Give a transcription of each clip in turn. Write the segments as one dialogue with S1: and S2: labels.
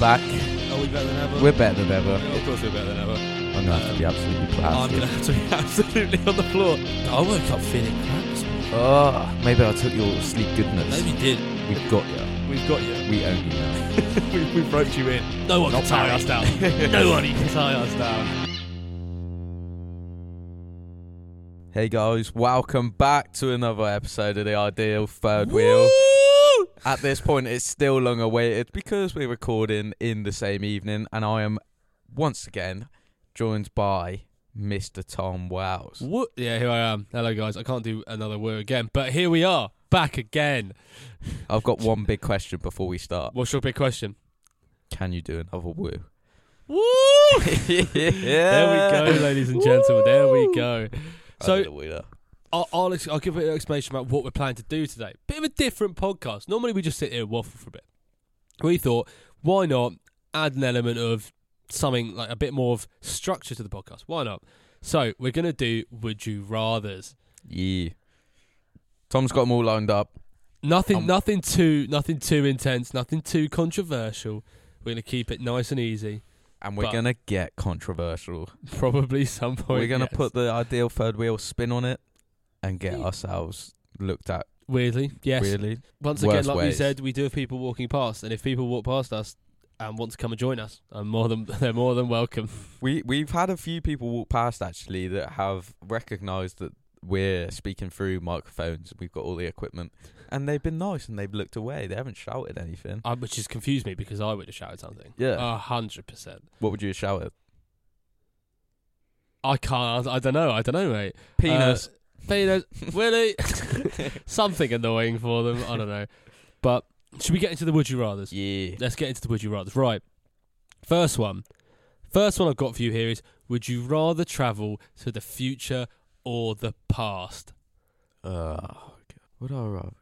S1: back.
S2: Are we better than ever?
S1: We're better than ever.
S2: of course we're better than ever.
S1: I'm gonna have to be absolutely
S2: Oh, I'm
S1: plastered.
S2: gonna have to be absolutely on the floor. I woke up feeling cramped.
S1: Oh, maybe I took your sleep goodness.
S2: Maybe did.
S1: We've got you.
S2: We've got you.
S1: We own you now.
S2: we, we roped you in. No one
S1: Not
S2: can tie
S1: Barry.
S2: us down. Nobody can tie us down.
S1: Hey guys, welcome back to another episode of the Ideal Third Wheel.
S2: Woo!
S1: At this point, it's still long awaited because we're recording in the same evening, and I am once again joined by Mr. Tom Wells.
S2: Woo- Yeah, here I am. Hello, guys. I can't do another word again, but here we are, back again.
S1: I've got one big question before we start.
S2: What's your big question?
S1: Can you do another woo?
S2: Woo!
S1: yeah.
S2: There we go, ladies and gentlemen. There we
S1: Woo!
S2: go.
S1: I
S2: So-
S1: did a woo there.
S2: I'll, I'll, ex- I'll give an explanation about what we're planning to do today. Bit of a different podcast. Normally we just sit here and waffle for a bit. We thought, why not add an element of something like a bit more of structure to the podcast? Why not? So we're gonna do would you rather's.
S1: Yeah. Tom's got them all lined up.
S2: Nothing,
S1: Um,
S2: nothing too, nothing too intense, nothing too controversial. We're gonna keep it nice and easy.
S1: And we're
S2: But-
S1: gonna get controversial.
S2: Probably some point.
S1: we're gonna
S2: yes.
S1: put the ideal third wheel spin on it and get
S2: Yeah.
S1: ourselves looked at.
S2: weirdly, yes.
S1: Really,
S2: Once again,
S1: Worst
S2: like we
S1: ways.
S2: said, we do have people walking past, and if people walk past us and want to come and join us, I'm more than they're more than welcome.
S1: we we've had a few people walk past actually that have recognised that we're speaking through microphones. We've got all the equipment, and they've been nice and they've looked away. They haven't shouted anything.
S2: Uh, which has confused me because I would have shouted something.
S1: Yeah.
S2: A hundred percent.
S1: what would you have
S2: uh,
S1: shouted?
S2: I can't. I don't know. I don't know, mate.
S1: Penis.
S2: Uh, penis. Willie. something annoying for them. I don't know. But should we get into the would you rather's?
S1: yeah.
S2: Let's get into the would you rather's. Right. First one. First one I've got for you here is: Would you rather travel to the future or the past?
S1: Oh, would I rather?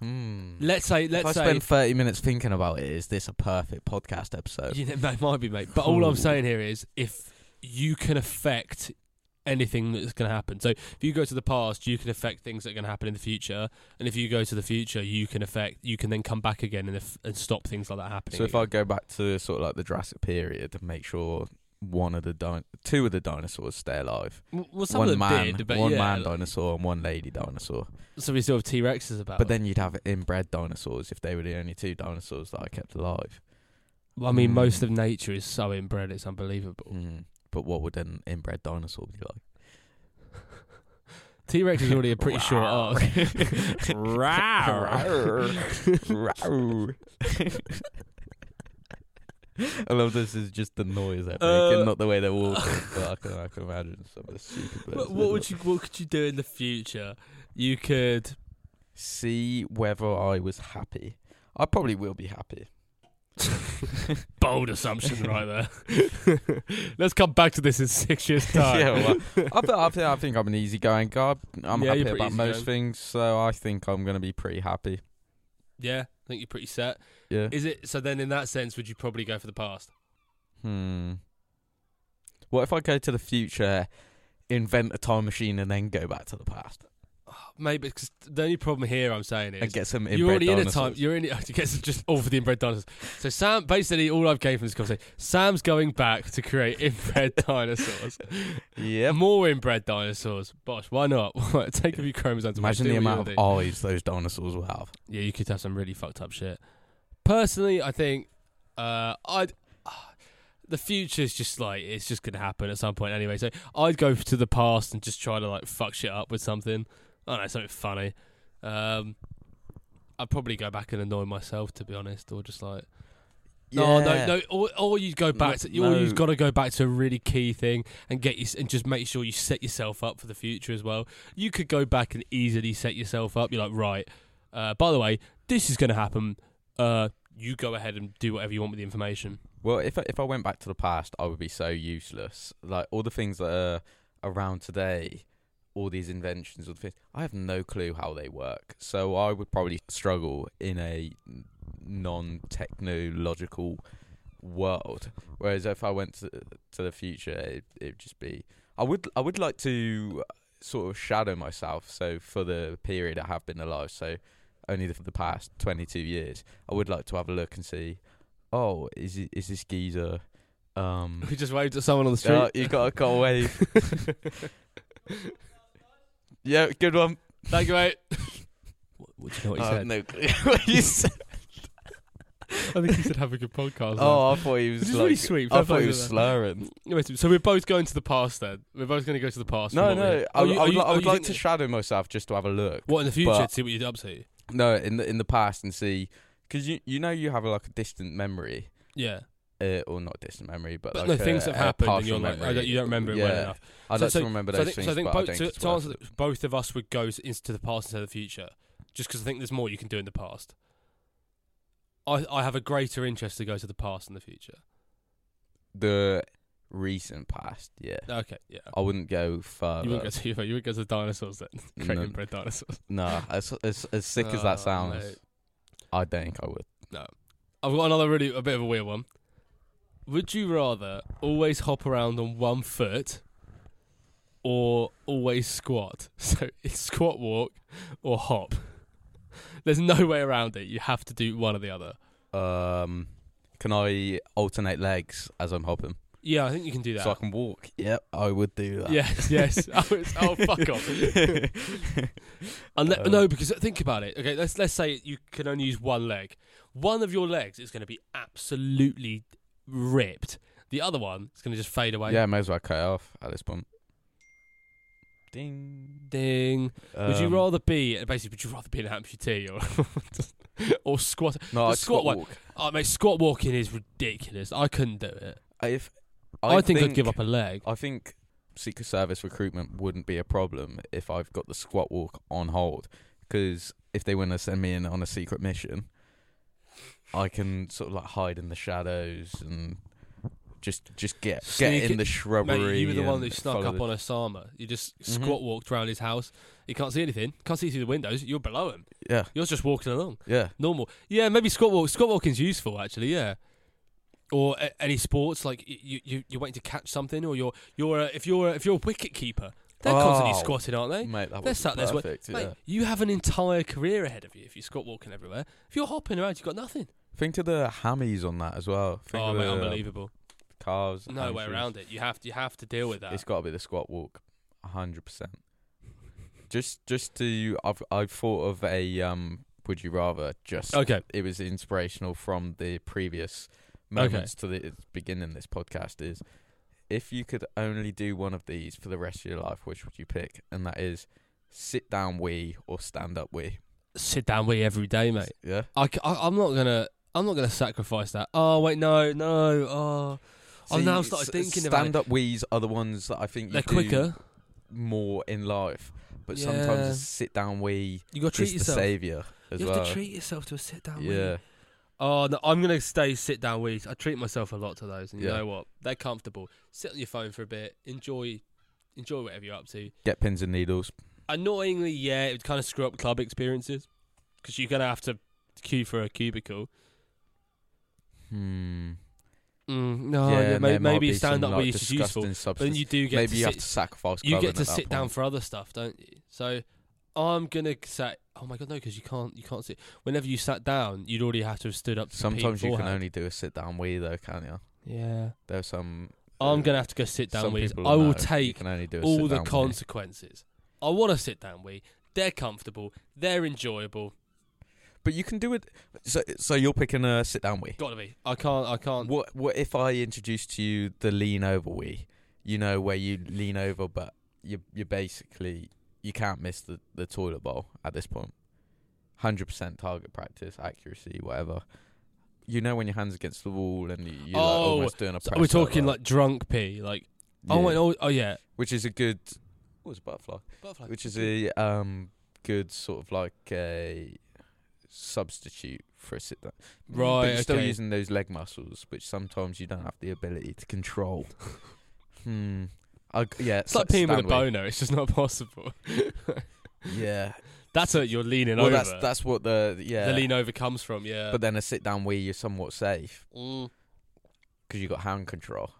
S1: Hmm.
S2: Let's say.
S1: if
S2: Let's
S1: I
S2: say.
S1: spend thirty minutes thinking about it, is this a perfect podcast episode?
S2: Yeah, that might be, mate. But all
S1: Ooh.
S2: I'm saying here is if you can affect anything that's going to happen. So if you go to the past, you can affect things that are going to happen in the future, and if you go to the future, you can affect. You can then come back again and if, and stop things like that happening.
S1: So if I go back to sort of like the Jurassic period and make sure one of the di- two of the dinosaurs stay alive,
S2: I, well, some
S1: one
S2: of them
S1: man,
S2: did, but
S1: one
S2: yeah. Oh.
S1: man dinosaur and one lady dinosaur.
S2: so we still have T Rexes about.
S1: But then you'd have inbred dinosaurs if they were the only two dinosaurs that I kept alive.
S2: Well, I mean,
S1: Hmm.
S2: most of nature is so inbred; it's unbelievable.
S1: Mm. But what would an inbred dinosaur be like?
S2: T Rex is already a pretty short
S1: Rawr.
S2: arc.
S1: Rawr. I love this is just the noise they're
S2: Uh,
S1: making, not the way they're walking. but I can, I can imagine some of the stupid
S2: what, what would you? What could you do in the future? You could.
S1: see whether I was happy. I probably will be happy.
S2: bold assumption right there. Let's come back to this in six years' time.
S1: yeah, well, I, th- I, think, I think I'm an easygoing guy. I'm
S2: Yeah, you're
S1: happy
S2: pretty
S1: about most
S2: easygoing.
S1: things, so I think I'm going to be pretty happy.
S2: Yeah, I think you're pretty set.
S1: Yeah.
S2: Is it so? Then, in that sense, would you probably go for the past?
S1: hmm. What if I go to the future, invent a time machine, and then go back to the past
S2: Oh, Maybe because the only problem here I'm saying
S1: and
S2: is
S1: get some inbred
S2: you're already
S1: dinosaurs?
S2: in a time. You're in. I guess it's just all for the inbred dinosaurs. So Sam, basically, all I've gained from this conversation, Sam's going back to create inbred dinosaurs,
S1: Yeah.
S2: more inbred dinosaurs. Bosh, why not? Take a few chromosomes.
S1: Imagine
S2: Do
S1: the
S2: what you
S1: amount
S2: wanna
S1: of
S2: do.
S1: eyes those dinosaurs will have.
S2: Yeah, you could have some really fucked up shit. Personally, I think uh, I'd. ah, The future's just like it's just gonna happen at some point anyway. So I'd go to the past and just try to like fuck shit up with something. I don't know something funny. Um, I'd probably go back and annoy myself to be honest, or just like no, no, no. Or, or you go back to,
S1: No,
S2: or you've
S1: no.
S2: got to go back to a really key thing and get you and just make sure you set yourself up for the future as well. You could go back and easily set yourself up. You're like, right. Uh, by the way, this is going to happen. Uh, you go ahead and do whatever you want with the information.
S1: Well, if I, if I went back to the past, I would be so useless. Like all the things that are around today, all these inventions, all the things, I have no clue how they work. So I would probably struggle in a non-technological world. Whereas if I went to, to the future, it it'd just be. I would I would like to sort of shadow myself. So for the period I have been alive, so only the, the past 22 years, I would like to have a look and see. Oh, is it, is this geezer? Um,
S2: We just waved at someone on the street.
S1: oh, you got to got away. yeah, good one.
S2: Thank you, mate. what, what do you know what he
S1: I have
S2: said?
S1: Oh, no clue what he said.
S2: I think he said have a good podcast. man."
S1: Oh, I thought he was
S2: Which is
S1: like,
S2: really sweet.
S1: I
S2: Fair
S1: thought
S2: play
S1: he
S2: to
S1: was
S2: that.
S1: slurring.
S2: Anyway, so- so we're both going to the past then. We're both going to go to the past.
S1: No,
S2: from what
S1: no.
S2: we-
S1: I,
S2: Oh,
S1: would-
S2: you-
S1: I
S2: oh,
S1: would,
S2: you-
S1: li- I
S2: oh,
S1: would
S2: you
S1: like to
S2: think-
S1: shadow myself just to have a look.
S2: What in the future?
S1: but-
S2: to see what you're up to.
S1: No, in the in the past and see because you you know you have like a distant memory,
S2: Yeah,
S1: uh, or not distant memory, but,
S2: but
S1: like
S2: no,
S1: a-
S2: things have
S1: a
S2: happened, and
S1: partial
S2: you're like, I
S1: memory.
S2: don't, you don't remember it
S1: yeah.
S2: well enough.
S1: I'd
S2: So-
S1: like
S2: so-
S1: to remember
S2: So
S1: those
S2: I think,
S1: things.
S2: so I think
S1: but
S2: both,
S1: don't
S2: to,
S1: think it's
S2: to answer,
S1: worth
S2: the- both of us would go s- into the past instead of the future, just because I think there's more you can do in the past. I I have a greater interest to go to the past than the future.
S1: it. the recent past. Yeah,
S2: Okay, yeah.
S1: I wouldn't go further.
S2: You wouldn't, go to, you wouldn't go to the dinosaurs then. Great
S1: Mm, no,
S2: inbred dinosaurs.
S1: no, as as as sick as
S2: Oh,
S1: that sounds,
S2: mate.
S1: I don't think I would.
S2: I've got another really a bit of a weird one. Would you rather always hop around on one foot or always squat? So it's squat walk or hop. There's no way around it. You have to do one or the other.
S1: Um, can I alternate legs as I'm hopping
S2: Yeah, I think you can do that.
S1: so I can walk? Yep, I would do that.
S2: Yes, yes. Oh, it's- oh, fuck off. Unle-
S1: Um,
S2: no, because think about it. Okay, let's let's say you can only use one leg. One of your legs is going to be absolutely ripped. The other one is going to just fade away.
S1: Yeah, may as well cut it off at this point. Ding.
S2: Ding. Would you
S1: Um,
S2: rather be basically? Would you rather be an amputee or or squat?
S1: No,
S2: the
S1: I'd
S2: squat
S1: squat
S2: one?
S1: walk.
S2: Oh, mate, squat walking is ridiculous. I couldn't do it.
S1: If
S2: I, think, I'd give up a leg.
S1: I think Secret Service recruitment wouldn't be a problem if I've got the squat walk on hold. Because if they want to send me in on a secret mission, I can sort of like hide in the shadows and just just get
S2: Sneak
S1: get
S2: it-
S1: in the shrubbery.
S2: Mate, you were the one
S1: and
S2: who snuck
S1: uh, follow
S2: up
S1: the-
S2: on Osama. You just
S1: Mhm.
S2: squat walked around his house. You can't see anything. Can't see through the windows. You're below him.
S1: Yeah,
S2: You're just walking along.
S1: yeah.
S2: Normal. Yeah, maybe squat walk. Squat walking's useful actually. Yeah. Or a- any sports like y- you you you're waiting to catch something, or you're you're a, if you're a, if you're a wicket keeper, they're constantly
S1: Oh.
S2: squatting, aren't they?
S1: Mate, that
S2: eh? they're
S1: was
S2: sat there sweat-
S1: perfect.
S2: Mate,
S1: yeah.
S2: you have an entire career ahead of you if you squat walking everywhere. If you're hopping around, you've got nothing.
S1: Think of the hammies on that as well. Think
S2: oh,
S1: of
S2: mate,
S1: the
S2: unbelievable.
S1: calves.
S2: No way
S1: hamstrings.
S2: around it. You have to, you have to deal with that.
S1: It's got to be the squat walk, a hundred percent. Just, just to I've I've thought of a um. Would you rather? Just
S2: okay.
S1: it was inspirational from the previous moments to the beginning. of This podcast is if you could only do one of these for the rest of your life, which would you pick? And that is sit down wee or stand up wee.
S2: Sit down with you every day, mate.
S1: Yeah.
S2: I, am not gonna. I'm not gonna sacrifice that. Oh wait, no, no. Oh, I've now started thinking about it.
S1: stand up wees are the ones that I think you
S2: they're
S1: do
S2: quicker.
S1: more in life, but sometimes
S2: Yeah.
S1: a sit down wee
S2: You got to treat
S1: is
S2: yourself.
S1: the savior as
S2: you have
S1: well.
S2: to treat yourself to a sit down.
S1: yeah,
S2: Oh no, I'm gonna stay sit down weeks. I treat myself a lot to those, and you
S1: Yeah.
S2: know what? They're comfortable. Sit on your phone for a bit. Enjoy, enjoy whatever you're up to.
S1: get pins and needles.
S2: annoyingly, yeah, it would kind of screw up club experiences because you're gonna have to queue for a cubicle.
S1: Hmm.
S2: Mm, no,
S1: yeah,
S2: yeah,
S1: and
S2: may-
S1: there might
S2: maybe
S1: be
S2: stand
S1: some,
S2: up
S1: like,
S2: where it's just
S1: disgusting
S2: useful. But
S1: Substance.
S2: then you do get
S1: Maybe
S2: to
S1: you
S2: sit,
S1: have to sacrifice.
S2: you
S1: clubbing
S2: get to
S1: at that
S2: sit down
S1: point.
S2: for other stuff, don't you? So I'm gonna say, oh my god, no, because you can't you can't sit. Whenever you sat down, you'd already have to have stood up. To pee
S1: Sometimes you can
S2: beforehand.
S1: only do a sit down wee though, can't you?
S2: yeah.
S1: There's some.
S2: I'm
S1: uh,
S2: gonna have to go sit down
S1: some
S2: with.
S1: people
S2: I
S1: know
S2: will
S1: you
S2: take
S1: can only do a
S2: all the
S1: sit-down wee.
S2: consequences. I want to sit down with. They're comfortable. They're enjoyable.
S1: But you can do it. So, so you're picking a sit down wee.
S2: Gotta be. I can't. I can't.
S1: What what if I introduce to you the lean over wee? You know where you lean over, but you you basically you can't miss the, the toilet bowl at this point. Hundred percent target practice, accuracy, whatever. You know when your hands against the wall and you, you're like
S2: Oh,
S1: almost doing a.
S2: So
S1: press
S2: we're
S1: up,
S2: talking like drunk pee, like oh,
S1: Yeah.
S2: wait, oh, oh yeah,
S1: which is a good. What was a butterfly? Which is a um good sort of like a substitute for a sit down.
S2: Right,
S1: But you're still
S2: okay.
S1: using those leg muscles, which sometimes you don't have the ability to control. hmm. I g yeah,
S2: It's like peeing with a
S1: Stanley.
S2: boner. It's just not possible.
S1: Yeah.
S2: that's what you're leaning
S1: well,
S2: over.
S1: that's that's what the yeah.
S2: the lean over comes from. Yeah.
S1: But then a sit down where you're somewhat safe
S2: Mm.
S1: because you got hand control.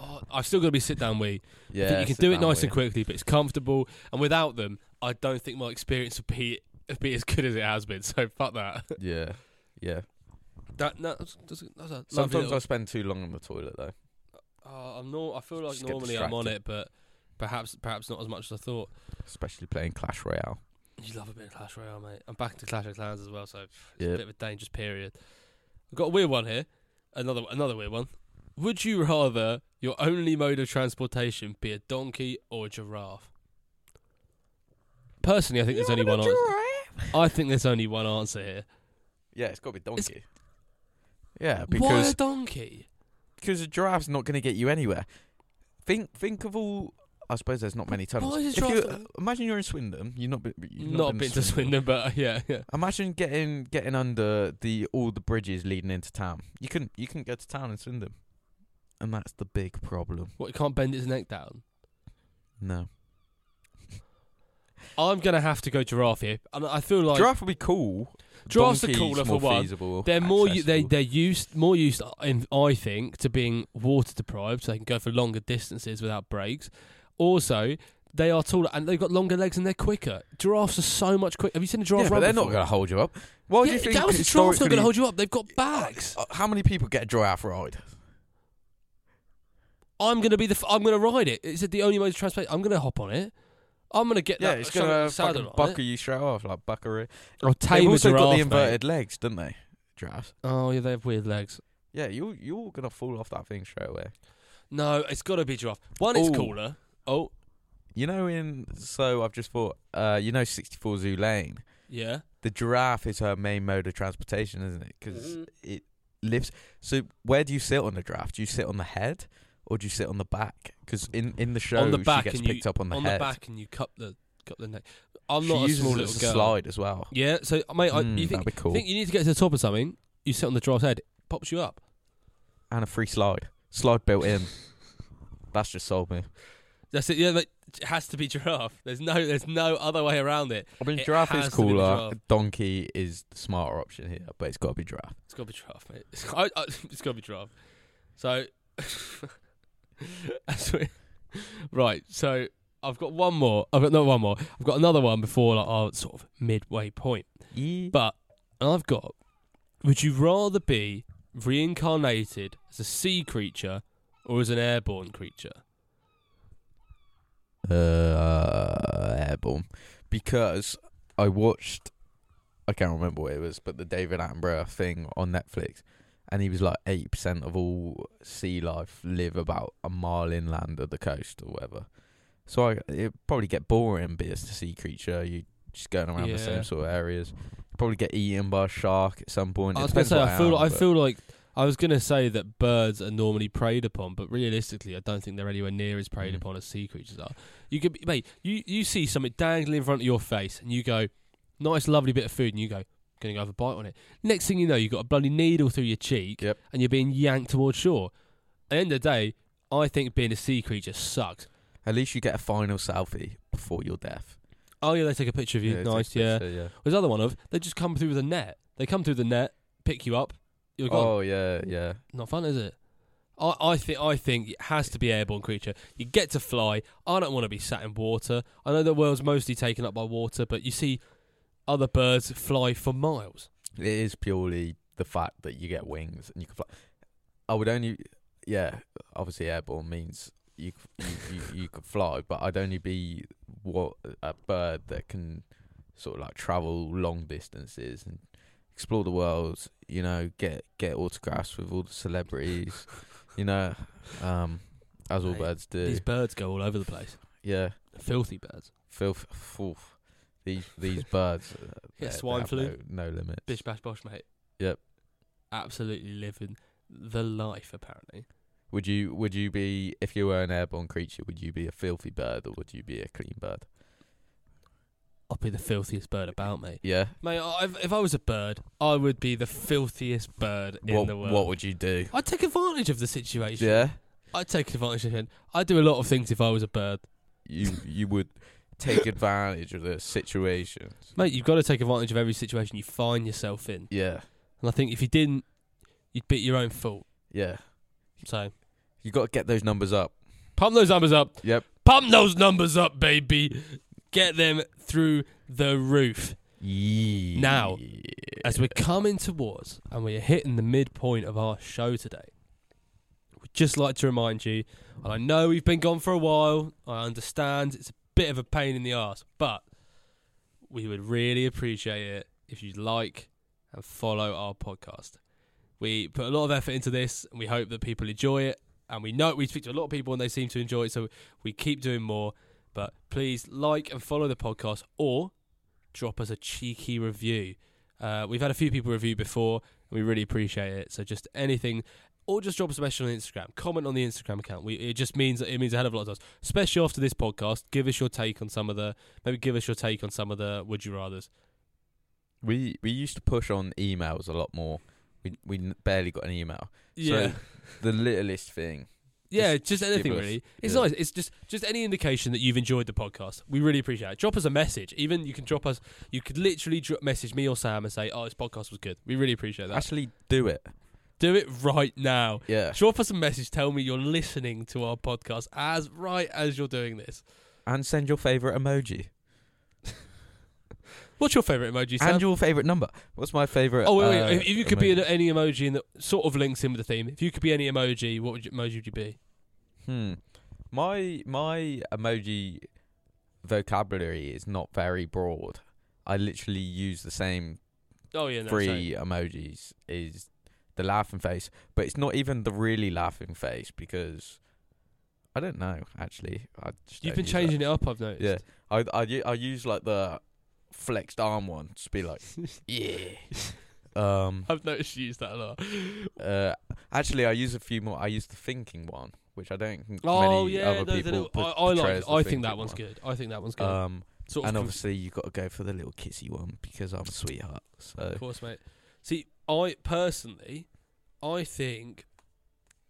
S2: Oh, I've still got to be sit down wee. I
S1: Yeah,
S2: think you can do it nice and quickly, but it's comfortable. And without them, I don't think my experience would be be as good as it has been. So fuck that.
S1: yeah, yeah.
S2: That no, that's, that's a lovely
S1: Sometimes
S2: little-
S1: I spend too long on the toilet though.
S2: Oh, I'm nor- I feel like
S1: Just get
S2: normally I'm on
S1: distracted.
S2: it, but perhaps perhaps not as much as I thought.
S1: Especially playing Clash Royale.
S2: You love a bit of Clash Royale, mate. I'm back to Clash of Clans as well, so it's a
S1: Yep.
S2: bit of a dangerous period. I've got a weird one here. Another another weird one. Would you rather your only mode of transportation be a donkey or a giraffe? Personally, I think there's only one answer. I think there's only one answer here.
S1: Yeah, it's got to be donkey.
S2: It's-
S1: Yeah,
S2: Why a
S1: because
S2: donkey?
S1: because a giraffe's not going to get you anywhere. Think think of all. I suppose there's not many tunnels.
S2: Why is
S1: If you-
S2: giraffe-
S1: imagine you're in Swindon. You've not been. You've
S2: Not, been to Swindon, but uh, yeah, yeah.
S1: Imagine getting getting under the all the bridges leading into town. You can you can go to town in Swindon, and that's the big problem.
S2: What, it can't bend its neck down?
S1: No,
S2: I'm going to have to go giraffe here. And I feel like
S1: giraffe would be cool.
S2: Giraffes are
S1: Donkey's
S2: cooler for
S1: more
S2: one.
S1: Feasible,
S2: they're more u- they
S1: accessible.
S2: they're used more used uh, in, I think to being water deprived so they can go for longer distances without breaks. Also, they are taller and they've got longer legs and they're quicker. Giraffes are so much quicker. Have you seen a giraffe
S1: yeah,
S2: run
S1: but they're not
S2: before?
S1: going to hold you up. Why do
S2: yeah,
S1: you think
S2: that was a giraffe's not
S1: historically-
S2: going to hold you up. They've got bags.
S1: Uh, How many people get a giraffe ride?
S2: I'm going to be the f- I'm going to ride it. Is it the only mode of transport? I'm going to hop on it. I'm going to get
S1: Yeah,
S2: that
S1: it's
S2: something
S1: gonna
S2: saddle
S1: fucking
S2: on it.
S1: bucker you straight off like buckaroo.
S2: I'll
S1: They've
S2: tame a
S1: also
S2: giraffe.
S1: got the
S2: mate.
S1: inverted legs, don't they? Giraffes.
S2: Oh yeah, they have weird legs.
S1: Yeah, you you're gonna fall off that thing straight away.
S2: No, it's got to be giraffe. One, it's
S1: Ooh.
S2: cooler. Oh
S1: You know, in so I've just thought, uh, you know, 64 Zoo Lane.
S2: yeah.
S1: The giraffe is her main mode of transportation, isn't it? Because it lives. So where do you sit on the giraffe? Do you sit on the head or do you sit on the back? Because in in the show,
S2: On the
S1: she
S2: back
S1: gets
S2: and you-
S1: picked up on the
S2: on
S1: head.
S2: the back and you cut the cut the neck. I'm
S1: she
S2: not a
S1: uses
S2: small
S1: it
S2: little
S1: as a
S2: girl.
S1: slide as well.
S2: Yeah, so uh, mate, I,
S1: Mm,
S2: you
S1: that'd
S2: think
S1: be cool.
S2: think you need to get to the top of something? You sit on the giraffe's head, it pops you up.
S1: and a free slide, slide built in. That's just sold me.
S2: That's it. Yeah, like, it has to be giraffe. There's no there's no other way around it.
S1: I mean,
S2: It
S1: giraffe
S2: has
S1: is
S2: to be the
S1: cooler.
S2: giraffe.
S1: Donkey is the smarter option here, but it's got to be giraffe.
S2: It's got to be giraffe, mate. It's, I, I, it's got to be giraffe. So that's what, right. So I've got one more. I've got not one more. I've got another one before like, our sort of midway point. But I've got. Would you rather be reincarnated as a sea creature or as an airborne creature?
S1: uh, airborne because I watched. I can't remember what it was, but the David Attenborough thing on Netflix, and he was like eight percent of all sea life live about a mile inland of the coast or whatever. So I it probably get boring, being a sea creature. You just going around the
S2: Yeah.
S1: same sort of areas. Probably get eaten by a shark at some point.
S2: I
S1: It
S2: was gonna
S1: depends
S2: say
S1: what
S2: I feel
S1: am,
S2: like, I
S1: but-
S2: feel like I was gonna say that birds are normally preyed upon, but realistically, I don't think they're anywhere near as preyed
S1: Mm.
S2: upon as sea creatures are. You could, be, mate, you you see something dangling in front of your face, and you go, "Nice, lovely bit of food," and you go, "Gonna go have a bite on it." Next thing you know, you've got a bloody needle through your cheek,
S1: Yep.
S2: and you're being yanked towards shore. At the end of the day, I think being a sea creature sucks.
S1: at least you get a final selfie before your death.
S2: Oh yeah, they take a picture of you.
S1: it
S2: nice,
S1: takes a
S2: yeah.
S1: picture, yeah.
S2: There's other one of they just come through with a net. They come through the net, pick you up. You're gone.
S1: Oh yeah, yeah.
S2: Not fun, is it? I, I think I think it has to be airborne creature. You get to fly. I don't want to be sat in water. I know the world's mostly taken up by water, but you see other birds fly for miles.
S1: It is purely the fact that you get wings and you can fly. I would only, yeah, obviously airborne means you c- you, you, you could fly, but I'd only be what a bird that can sort of like travel long distances and explore the world. You know, get get autographs with all the celebrities. you know, um, as all
S2: Mate,
S1: birds do.
S2: These birds go all over the place.
S1: yeah,
S2: Filthy birds.
S1: filth, filth. These these birds. uh, they-
S2: Yeah,
S1: they
S2: swine
S1: have
S2: flu.
S1: No, no limits.
S2: Bish bash bosh, mate.
S1: Yep.
S2: Absolutely living the life. Apparently,
S1: Would you would you be if you were an airborne creature? Would you be a filthy bird or would you be a clean bird?
S2: I'll be the filthiest bird about, mate.
S1: Yeah.
S2: Mate, I- if, if I was a bird, I would be the filthiest bird in
S1: what
S2: the world.
S1: what would you do?
S2: I'd take advantage of the situation.
S1: Yeah.
S2: I'd take advantage of it. I'd do a lot of things if I was a bird.
S1: You you would take advantage of the situation.
S2: Mate, you've got to take advantage of every situation you find yourself in.
S1: Yeah.
S2: And I think if you didn't, you'd be at your own fault.
S1: Yeah.
S2: So,
S1: You got to get those numbers up.
S2: pump those numbers up.
S1: Yep.
S2: Pump those numbers up, baby. Get them through the roof.
S1: Ye-
S2: Now, as we're coming towards and we're hitting the midpoint of our show today, we'd just like to remind you, and I know we've been gone for a while, I understand it's a bit of a pain in the ass, but we would really appreciate it if you'd like and follow our podcast. We put a lot of effort into this and we hope that people enjoy it. And we know we speak to a lot of people and they seem to enjoy it, so we keep doing more. But please like and follow the podcast or drop us a cheeky review. Uh, we've had a few people review before, and we really appreciate it. So just anything, or just drop us a message on Instagram. Comment on the Instagram account. We, it just means it means a hell of a lot to us, especially after this podcast. Give us your take on some of the maybe give us your take on some of the would you rather's.
S1: we we used to push on emails a lot more. We we n- barely got an email. Yeah. The littlest thing.
S2: Yeah,
S1: Just- just
S2: just, anything
S1: give us-
S2: really. It's
S1: yeah.
S2: nice. It's just just any indication that you've enjoyed the podcast. We really appreciate it. Drop us a message. Even you can drop us. You could literally dro- message me or Sam and say, "Oh, this podcast was good." We really appreciate that.
S1: Actually, do it.
S2: Do it right now.
S1: Yeah.
S2: Drop us a message. Tell me you're listening to our podcast as right as you're doing this.
S1: And send your favorite emoji.
S2: What's your favorite emoji, Sam?
S1: And your favorite number. What's my favorite?
S2: oh wait, wait.
S1: uh,
S2: if, if you could be
S1: emoji?
S2: an, any emoji in that sort of links in with the theme, if you could be any emoji, what would you, emoji would you be?
S1: Hmm. My my emoji vocabulary is not very broad. I literally use the same
S2: Oh yeah, no, same.
S1: three emojis. Is the laughing face, but it's not even the really laughing face because I don't know. Actually, I just
S2: You've
S1: don't
S2: been
S1: use
S2: changing it up. I've noticed.
S1: Yeah. That. I I u- I use like the flexed arm one to be like yeah. um.
S2: I've noticed you use that a lot.
S1: Uh. Actually, I use a few more. I use the thinking one, which I don't think
S2: Oh
S1: many
S2: yeah,
S1: other
S2: no, the
S1: people.
S2: little-
S1: put-
S2: I, I
S1: portray
S2: like.
S1: as the
S2: I
S1: thinking
S2: think that one's
S1: one.
S2: good. I think that one's good.
S1: Um,
S2: sort of,
S1: and
S2: con-
S1: obviously you got to go for the little kissy one because I'm a sweetheart. So
S2: of course, mate. See, I personally, I think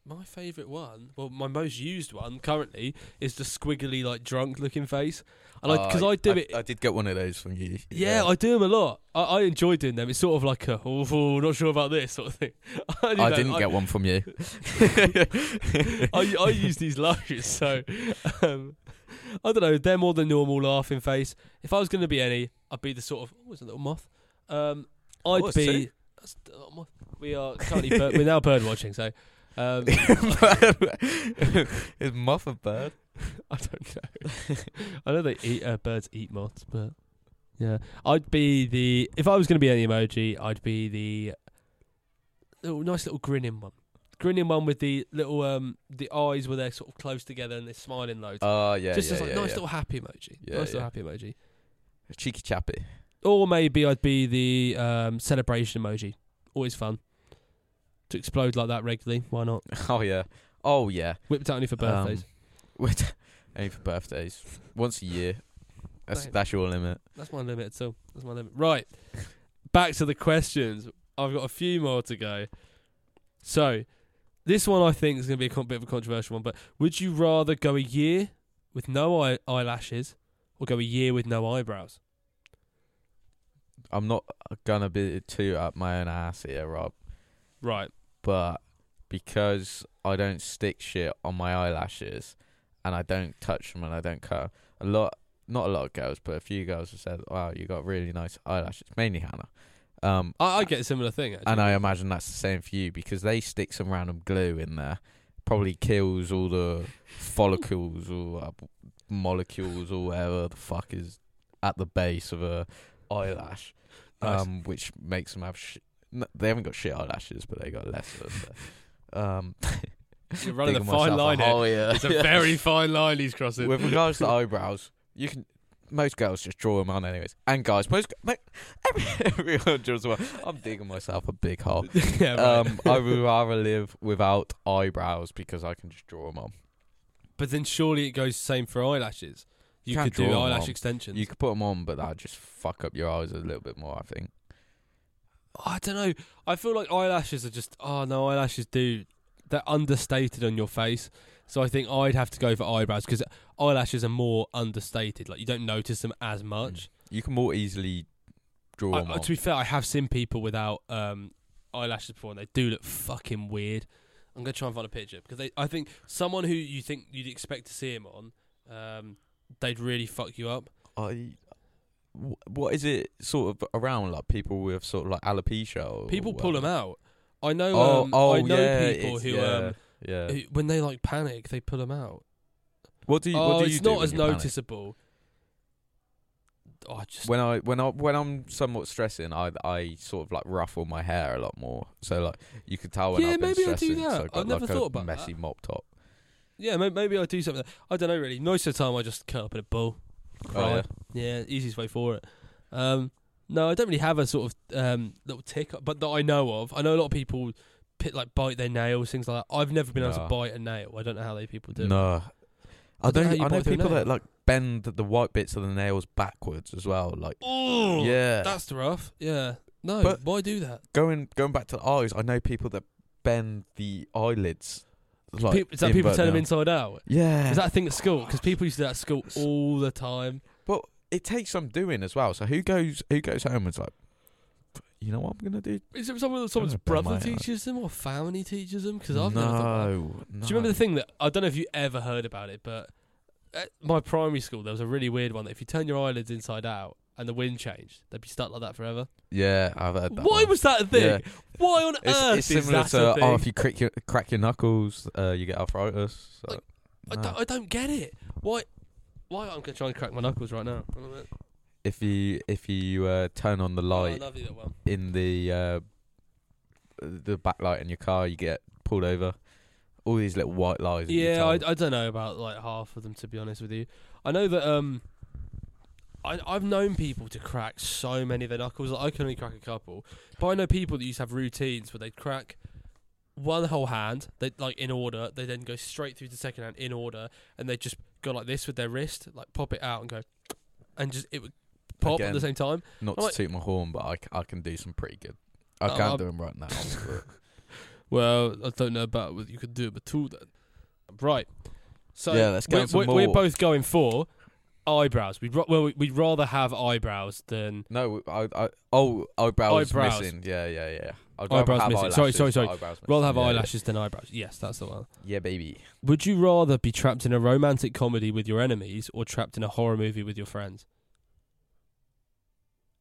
S2: my favourite one, well, my most used one currently, is the squiggly, like drunk-looking face, and I because
S1: Uh,
S2: I do it.
S1: I did get one of those from you.
S2: yeah, I do them a lot. I, I enjoy doing them. It's sort of like a, oh, oh, not sure about this sort of thing. I, do
S1: I
S2: that.
S1: didn't
S2: I-
S1: get one from you.
S2: I, I use these lashes, so um, I don't know. They're more than normal laughing face. If I was going to be any, I'd be the sort of oh, it's a little moth. Um, I'd
S1: it's
S2: be. That's a little moth. We are currently bird, we're now bird watching, so um,
S1: Is muff a bird?
S2: I don't know. I know they eat uh, birds eat moths, but yeah, I'd be the if I was going to be any emoji, I'd be the little nice little grinning one. Grinning one with the little um the eyes where they're sort of close together and they're smiling loads.
S1: Oh yeah,
S2: just
S1: yeah,
S2: as like
S1: yeah,
S2: nice
S1: yeah.
S2: little happy emoji.
S1: Yeah, yeah.
S2: nice little happy emoji.
S1: cheeky chappy.
S2: Or maybe I'd be the um, celebration emoji. Always fun. To explode like that regularly, why not?
S1: Oh yeah, oh yeah.
S2: Whipped out only for birthdays.
S1: Um, with- only for birthdays, once a year. That's
S2: Mate.
S1: that's your limit.
S2: That's my limit, so that's my limit. Right. Back to the questions. I've got a few more to go. So this one I think is gonna be a con- bit of a controversial one, but would you rather go a year with no eye- eyelashes or go a year with no eyebrows?
S1: I'm not gonna be too up my own ass here, Rob.
S2: Right.
S1: but because I don't stick shit on my eyelashes and I don't touch them and I don't cut 'em, a lot, not a lot of girls, but a few girls have said, "Wow, you got really nice eyelashes." Mainly Hannah, um,
S2: I, I get a similar thing actually.
S1: and I imagine that's the same for you because they stick some random glue in there, probably kills all the follicles or uh, molecules or whatever the fuck is at the base of a eyelash,
S2: Nice.
S1: um, which makes them have. Sh- no, they haven't got shit eyelashes, but they got less of it. Um,
S2: You're running a
S1: digging
S2: fine
S1: myself
S2: line here.
S1: hole here.
S2: It's a
S1: Yeah.
S2: very fine line he's crossing.
S1: With regards to eyebrows, you can. Most girls just draw them on, anyways. And guys, most mo- every, everyone draws them on. I'm digging myself a big hole.
S2: yeah, right.
S1: Um, I would rather live without eyebrows because I can just draw them on.
S2: but then surely it goes the same for eyelashes. You
S1: Can't
S2: could do
S1: draw 'em
S2: eyelash
S1: on.
S2: extensions.
S1: You could put them on, but that'd just fuck up your eyes a little bit more. I think.
S2: I don't know. I feel like eyelashes are just oh no, eyelashes do they're understated on your face. So I think I'd have to go for eyebrows because eyelashes are more understated. Like you don't notice them as much.
S1: You can more easily draw
S2: I,
S1: them
S2: I-
S1: on.
S2: to be fair, I have seen people without um, eyelashes before, and they do look fucking weird. I'm gonna try and find a picture because they, I think someone who you think you'd expect to see him on, um, they'd really fuck you up.
S1: I wh- what is it sort of around like people with sort of like alopecia? Or
S2: People pull them
S1: whatever?
S2: out. I know.
S1: Oh,
S2: um,
S1: oh
S2: I know
S1: yeah,
S2: people
S1: it's-
S2: who,
S1: yeah,
S2: um,
S1: yeah.
S2: who, when they like panic, they pull them out.
S1: what do you?
S2: oh,
S1: what do you
S2: it's
S1: do
S2: not
S1: when
S2: as
S1: you panic?
S2: noticeable. Oh, I just
S1: When I when I when I'm somewhat stressing, I I sort of like ruffle my hair a lot more. So like you could tell when
S2: Yeah,
S1: I've been
S2: maybe I do
S1: stressing.
S2: that.
S1: So I've, got,
S2: I've never
S1: like, a
S2: thought about
S1: messy mop top.
S2: yeah, may- maybe I do something. I don't know really. Most of the time, I just curl up in a ball.
S1: Oh, yeah.
S2: Cry. yeah. easiest way for it. Um, no, I don't really have a sort of um, little tick, but that I know of. I know a lot of people pit, like bite their nails, things like that. I've never been able to
S1: No.
S2: bite a nail. I don't know how they people do. it.
S1: No. I
S2: I don't
S1: don't.
S2: know how you
S1: I know
S2: bite through a
S1: people
S2: nail.
S1: that like bend the white bits of the nails backwards as well. Like,
S2: Ooh,
S1: yeah,
S2: that's rough. Yeah, no,
S1: But-
S2: why do that?
S1: going going back to the eyes. I know people that bend the eyelids. Like,
S2: Peop is that people
S1: invert
S2: turn them
S1: down.
S2: inside out?
S1: Yeah,
S2: Is that a thing at school? Because people used to do that at school all the time.
S1: but it takes some doing as well. So who goes who goes home and's like, you know what I'm gonna do?
S2: Is it someone,
S1: someone's
S2: someone's
S1: Don't know about brother
S2: brother
S1: my eye.
S2: teaches them or family teaches them? Because
S1: no,
S2: I've never thought
S1: no.
S2: Do you remember the thing that I don't know if you ever heard about it, but at my primary school there was a really weird one that if you turn your eyelids inside out and the wind changed, they'd be stuck like that forever.
S1: Yeah, I've heard that.
S2: Why
S1: one.
S2: was that a thing?
S1: Yeah.
S2: Why on
S1: it's,
S2: earth
S1: it's
S2: is
S1: similar
S2: that a
S1: to
S2: thing?
S1: oh, if you crack your crack your knuckles, uh, you get arthritis. So,
S2: Like, I,
S1: no.
S2: don't, I don't get it. Why? Why I'm gonna try and crack my knuckles right now. Hold on a minute.
S1: if you if you uh, turn on the
S2: Oh, I
S1: light
S2: love you, that one.
S1: in the uh, the backlight in your car, you get pulled over. All these little white lies. that you
S2: Yeah,
S1: tell.
S2: I, I don't know about like half of them to be honest with you. I know that um, I I've known people to crack so many of their knuckles. Like, I can only crack a couple, but I know people that used to have routines where they'd crack one whole hand, they would like in order. They then go straight through to the second hand in order, and they just go like this with their wrist, like pop it out and go, and just it would pop at
S1: Again.
S2: the same time.
S1: Not to
S2: Like-
S1: toot my horn, but I, c- I can do some pretty good. I
S2: Oh,
S1: can't
S2: I'm-
S1: do them right now. but-
S2: Well, I don't know about what you could do, but two then. Right. So
S1: Yeah, let's go
S2: we're,
S1: on some
S2: we're, we're
S1: more.
S2: both going for eyebrows. We'd ra- well, we- we'd rather have eyebrows than
S1: no, I, I oh eyebrows,
S2: Eyebrows.
S1: missing. Yeah, yeah, yeah. I'd
S2: Eyebrows
S1: rather have
S2: missing. Sorry, sorry,
S1: eyelashes,
S2: sorry.
S1: but Eyebrows missing.
S2: rather have
S1: yeah, yeah.
S2: eyelashes than eyebrows. Yes, that's the one.
S1: Yeah, baby.
S2: Would you rather be trapped in a romantic comedy with your enemies or trapped in a horror movie with your friends?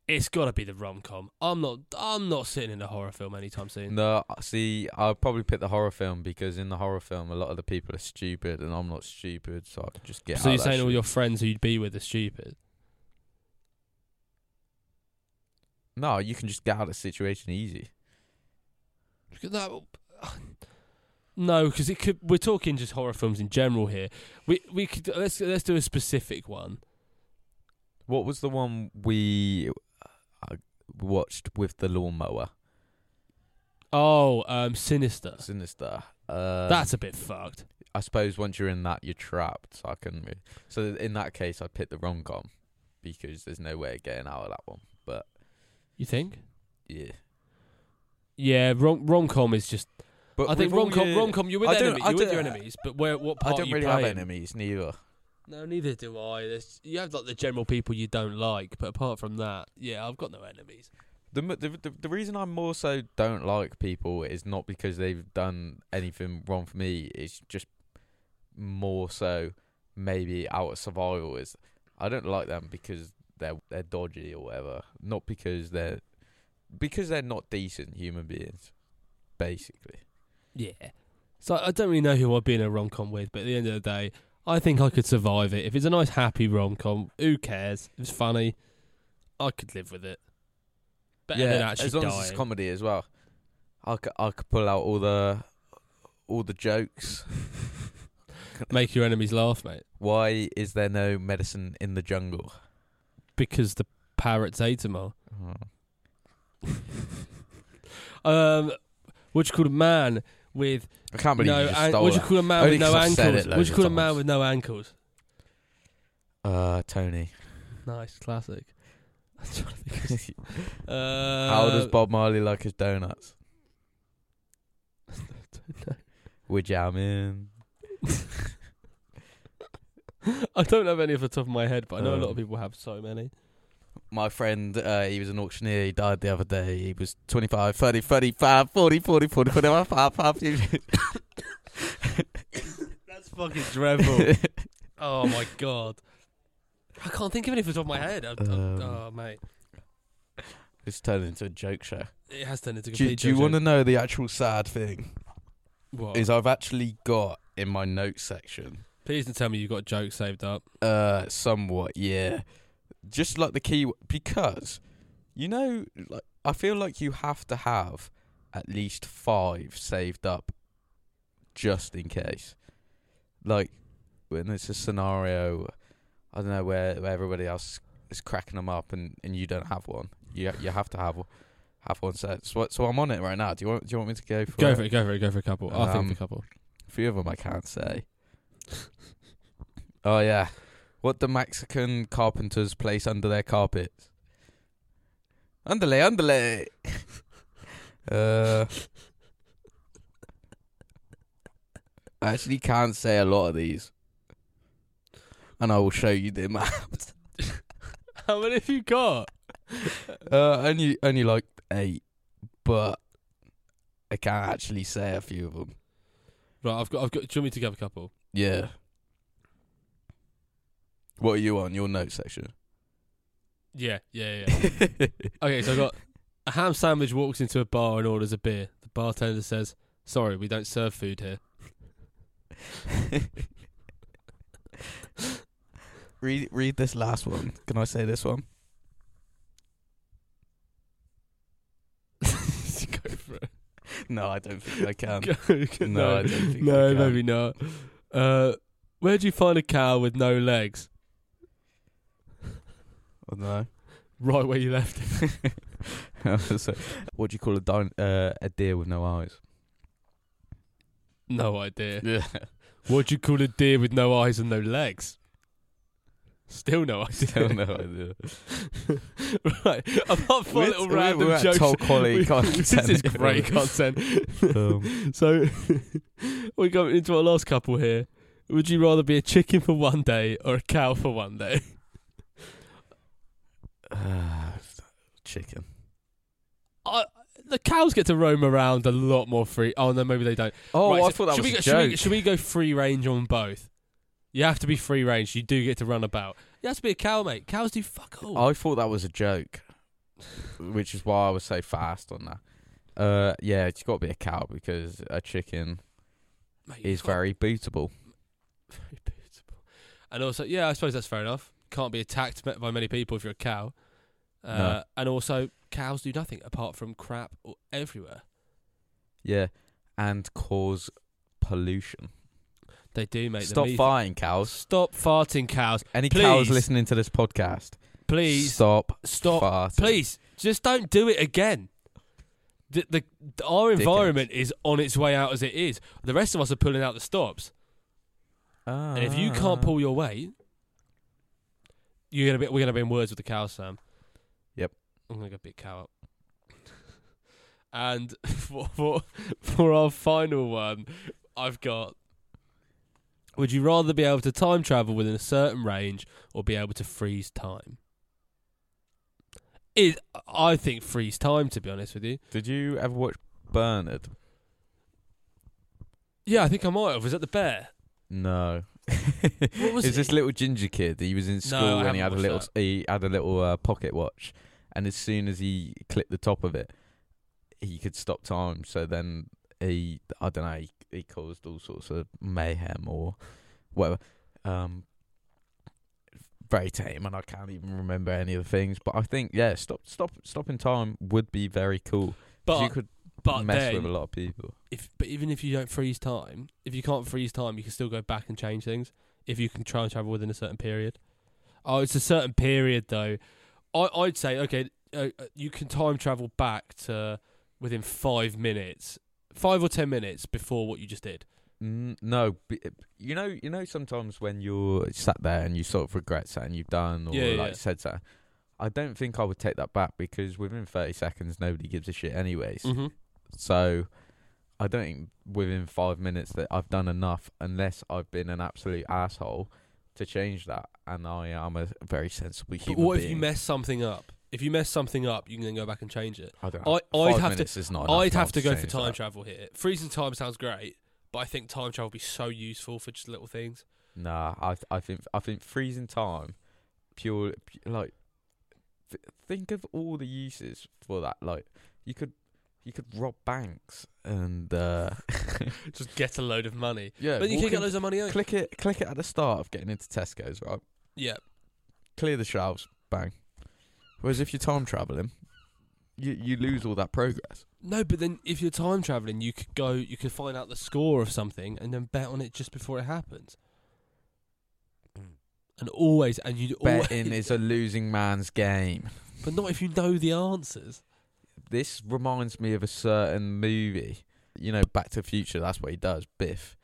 S2: It's got to be the rom com. I'm not. I'm not sitting in a horror film anytime soon.
S1: No, see, I'll probably pick the horror film because in the horror film, a lot of the people are stupid, and I'm not stupid, so I can just get.
S2: so
S1: out
S2: you're
S1: of that
S2: saying all
S1: shit.
S2: your friends who you'd be with are stupid?
S1: No, you can just get out of the situation easy.
S2: That, no, because it could. We're talking just horror films in general here. We we could let's let's do a specific one.
S1: What was the one we uh, watched with the lawnmower?
S2: Oh, um, Sinister.
S1: Sinister. Uh,
S2: That's a bit fucked.
S1: I suppose once you're in that, you're trapped. So I couldn't. Really, so in that case, I'd pick the rom com because there's no way of getting out of that one. But
S2: You think?
S1: yeah,
S2: Yeah, rom rom com is just.
S1: but
S2: I think
S1: with all
S2: rom com
S1: your-
S2: rom com. You're with
S1: I don't-
S2: enemies.
S1: I
S2: You're with
S1: don't-
S2: your enemies. But where what
S1: I
S2: part
S1: don't
S2: are you
S1: really
S2: playing?
S1: have enemies neither.
S2: No, neither do I. There's, you have like the general people you don't like, but apart from that, yeah, I've got no enemies.
S1: The, m- the the the reason I more so don't like people is not because they've done anything wrong for me. It's just more so maybe out of survival is I don't like them because they're they're dodgy or whatever. Not because they're because they're not decent human beings, basically.
S2: Yeah. So I don't really know who I'd be in a rom com with, but at the end of the day, I think I could survive it. If it's a nice, happy rom com, who cares? If it's funny, I could live with it. Better than actually
S1: as long
S2: dying.
S1: as it's comedy as well. I could, I could pull out all the all the jokes.
S2: Make your enemies laugh, mate.
S1: Why is there no medicine in the jungle?
S2: Because the parrots ate them all.
S1: Oh.
S2: Um, what you call a man with
S1: I can't believe
S2: no?
S1: you just
S2: an-
S1: stole
S2: what you
S1: that.
S2: call a man
S1: Only
S2: with no
S1: 'cause I've said
S2: ankles?
S1: it
S2: What
S1: loads
S2: you
S1: of
S2: call a man
S1: times.
S2: with no ankles?
S1: Uh, Tony.
S2: Nice, classic. I'm trying to think of- uh,
S1: How does Bob Marley like his donuts? We're jamming.
S2: I don't have any off the top of my head, but I know a lot of
S1: Um,
S2: people have so many.
S1: My friend, uh, he was an auctioneer. He died the other day. He was 25, 30, 35, 40, 40, 40, 45, 50.
S2: That's fucking dreadful. oh my god. I can't think of any off the top of my head. I, I,
S1: Um,
S2: oh, mate.
S1: It's turned into a joke show.
S2: It has turned into a
S1: Do,
S2: complete
S1: do you
S2: joke.
S1: want to know the actual sad thing?
S2: What?
S1: Is I've actually got in my notes section
S2: Please don't tell me you've got jokes saved up.
S1: Uh, somewhat, yeah. Just like the key, because you know, like I feel like you have to have at least five saved up, just in case. Like when it's a scenario, I don't know where, where everybody else is cracking them up, and, and you don't have one. You you have to have have one set. So so I'm on it right now. Do you want do you want me to go for
S2: Go
S1: it?
S2: for it, go for it, go for a couple. I'll think of
S1: Um,
S2: a couple.
S1: few of them I can't say. oh yeah, what the Mexican carpenters place under their carpets? Underlay, underlay. uh, I actually can't say a lot of these, and I will show you them.
S2: How many have you got?
S1: uh, only only like eight, but I can't actually say a few of them.
S2: Right, I've got, I've got. Do you want me to give a couple?
S1: Yeah. What are you on your note section?
S2: Yeah, yeah, yeah. okay, so I got a ham sandwich walks into a bar and orders a beer. The bartender says, "Sorry, we don't serve food here."
S1: read read this last one. Can I say this one?
S2: go for it.
S1: No, I don't think I can.
S2: Go-
S1: Um, no, I don't think
S2: no,
S1: I can.
S2: maybe not. Uh, where do you find a cow with no legs?
S1: I don't
S2: Right where you left it.
S1: know. so, what do you call a dine, uh, a deer with no eyes?
S2: No idea.
S1: Yeah.
S2: What do you call a deer with no eyes and no legs? Still no idea.
S1: Still no idea.
S2: right. Apart from
S1: We're-
S2: little
S1: we're-
S2: random
S1: we're at
S2: jokes.
S1: top quality content
S2: This is
S1: here.
S2: great content.
S1: Um,
S2: So we're going into our last couple here. Would you rather be a chicken for one day or a cow for one day?
S1: ah, chicken.
S2: I, the cows get to roam around a lot more free. Oh no, maybe they don't.
S1: Oh,
S2: Right,
S1: I
S2: so
S1: thought that
S2: should
S1: was
S2: we
S1: a
S2: go,
S1: joke.
S2: Should we, should we go free range on both? You have to be free range. You do get to run about. You have to be a cow, mate. Cows do fuck all.
S1: I thought that was a joke, which is why I was so fast on that. Uh, yeah, it's got to be a cow because a chicken
S2: Mate, you
S1: is
S2: can't-
S1: very bootable.
S2: very beautiful. And also, yeah, I suppose that's fair enough. Can't be attacked ma- by many people if you're a cow. Uh,
S1: No.
S2: And also, cows do nothing apart from crap or everywhere.
S1: Yeah, and cause pollution.
S2: They do make
S1: Stop
S2: the meth-
S1: farting, cows.
S2: Stop farting, cows.
S1: Any
S2: Please.
S1: cows listening to this podcast,
S2: Please
S1: stop,
S2: stop.
S1: farting.
S2: Please just don't do it again. The, the, the- our
S1: Dickens.
S2: environment is on its way out as it is. The rest of us are pulling out the stops.
S1: Ah.
S2: And if you can't pull your weight, you're gonna be we're gonna be in words with the cow, Sam.
S1: Yep.
S2: I'm gonna go big cow up. and for, for for our final one, I've got. Would you rather be able to time travel within a certain range or be able to freeze time? It, I think freeze time. To be honest with you,
S1: Did you ever watch Bernard?
S2: yeah, I think I might have. Was that the bear?
S1: No.
S2: What was
S1: Is
S2: it?
S1: this little ginger kid? He was in
S2: I
S1: school and
S2: haven't
S1: he had a
S2: watched
S1: little
S2: that.
S1: he had a little uh, pocket watch, and as soon as he clipped the top of it, he could stop time. So then he, I don't know, he, he caused all sorts of mayhem or whatever. Um, very tame, and I can't even remember any of the things. But I think yeah, stop, stop, stopping time would be very cool. 'cause you
S2: But
S1: could
S2: but
S1: mess
S2: then,
S1: with a lot of people.
S2: if but even if you don't freeze time, if you can't freeze time, you can still go back and change things. If you can try and travel within a certain period, oh, it's a certain period though. I I'd say okay, uh, uh, you can time travel back to within five minutes, five or ten minutes before what you just did.
S1: Mm, no, b- you know, you know. Sometimes when you're sat there and you sort of regret something you've done or
S2: Yeah, yeah,
S1: like
S2: yeah.
S1: said something, I don't think I would take that back because within thirty seconds nobody gives a shit anyways.
S2: Mm-hmm.
S1: So I don't think within five minutes that I've done enough unless I've been an absolute asshole to change that. And I am a very sensible
S2: But
S1: human
S2: what if
S1: being.
S2: you mess something up? If you mess something up, you can then go back and change it.
S1: I don't.
S2: I-
S1: Know,
S2: I'd
S1: five
S2: have to-
S1: minutes is not enough
S2: I'd
S1: time
S2: have to go for
S1: change
S2: time
S1: that.
S2: travel here. Freezing time sounds great, but I think time travel would be so useful for just little things.
S1: Nah, I th- I think I think freezing time pure pu- like th- think of all the uses for that like you could you could rob banks and uh
S2: Just get a load of money.
S1: yeah
S2: But you
S1: walk
S2: can get uh,
S1: in-
S2: loads of money. out.
S1: click it click it at the start of getting into Tesco's right
S2: yeah.
S1: clear the shelves bang whereas if you're time traveling you you lose all that progress
S2: No, but then if you're time traveling, you could go, you could find out the score of something and then bet on it just before it happens. Mm. And always, and you'd always,
S1: betting is a losing man's game
S2: but not if you know the answers.
S1: this reminds me of a certain movie you know Back to the Future that's what he does Biff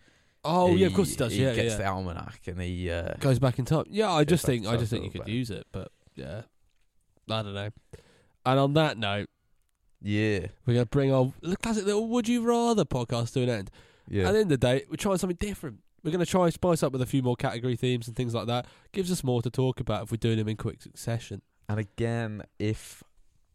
S2: Oh yeah, of course
S1: he-
S2: it does.
S1: He
S2: yeah,
S1: gets
S2: yeah.
S1: the almanac and he uh,
S2: goes back in time. Yeah, I
S1: Goes
S2: just
S1: back
S2: think
S1: in
S2: I just
S1: time
S2: think you
S1: for a
S2: could
S1: bit.
S2: use it, but yeah, I don't know. And on that note,
S1: yeah
S2: we're gonna bring our the classic little "Would You Rather" podcast to an end.
S1: yeah.
S2: At the end of the day, we're trying something different. We're gonna try and spice up with a few more category themes and things like that. Gives us more to talk about if we're doing them in quick succession.
S1: and again, if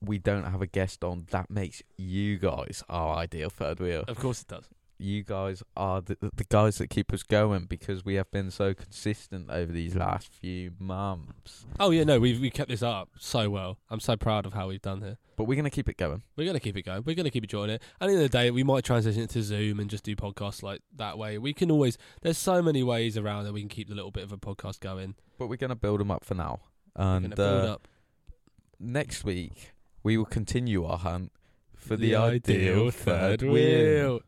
S1: we don't have a guest on, that makes you guys our ideal third wheel.
S2: Of course it does.
S1: You guys are the, the guys that keep us going because we have been so consistent over these last few months.
S2: Oh yeah, no, we've we kept this up so well. I'm so proud of how we've done here.
S1: But we're gonna keep it going.
S2: We're gonna keep it going. We're gonna keep enjoying it. At the end of the day, we might transition it to Zoom and just do podcasts like that way. We can always. There's so many ways around that we can keep the little bit of a podcast going.
S1: But we're gonna build them up for now.
S2: We're
S1: And
S2: gonna build
S1: uh,
S2: up
S1: next week we will continue our hunt for the,
S2: ideal
S1: ideal, third wheel.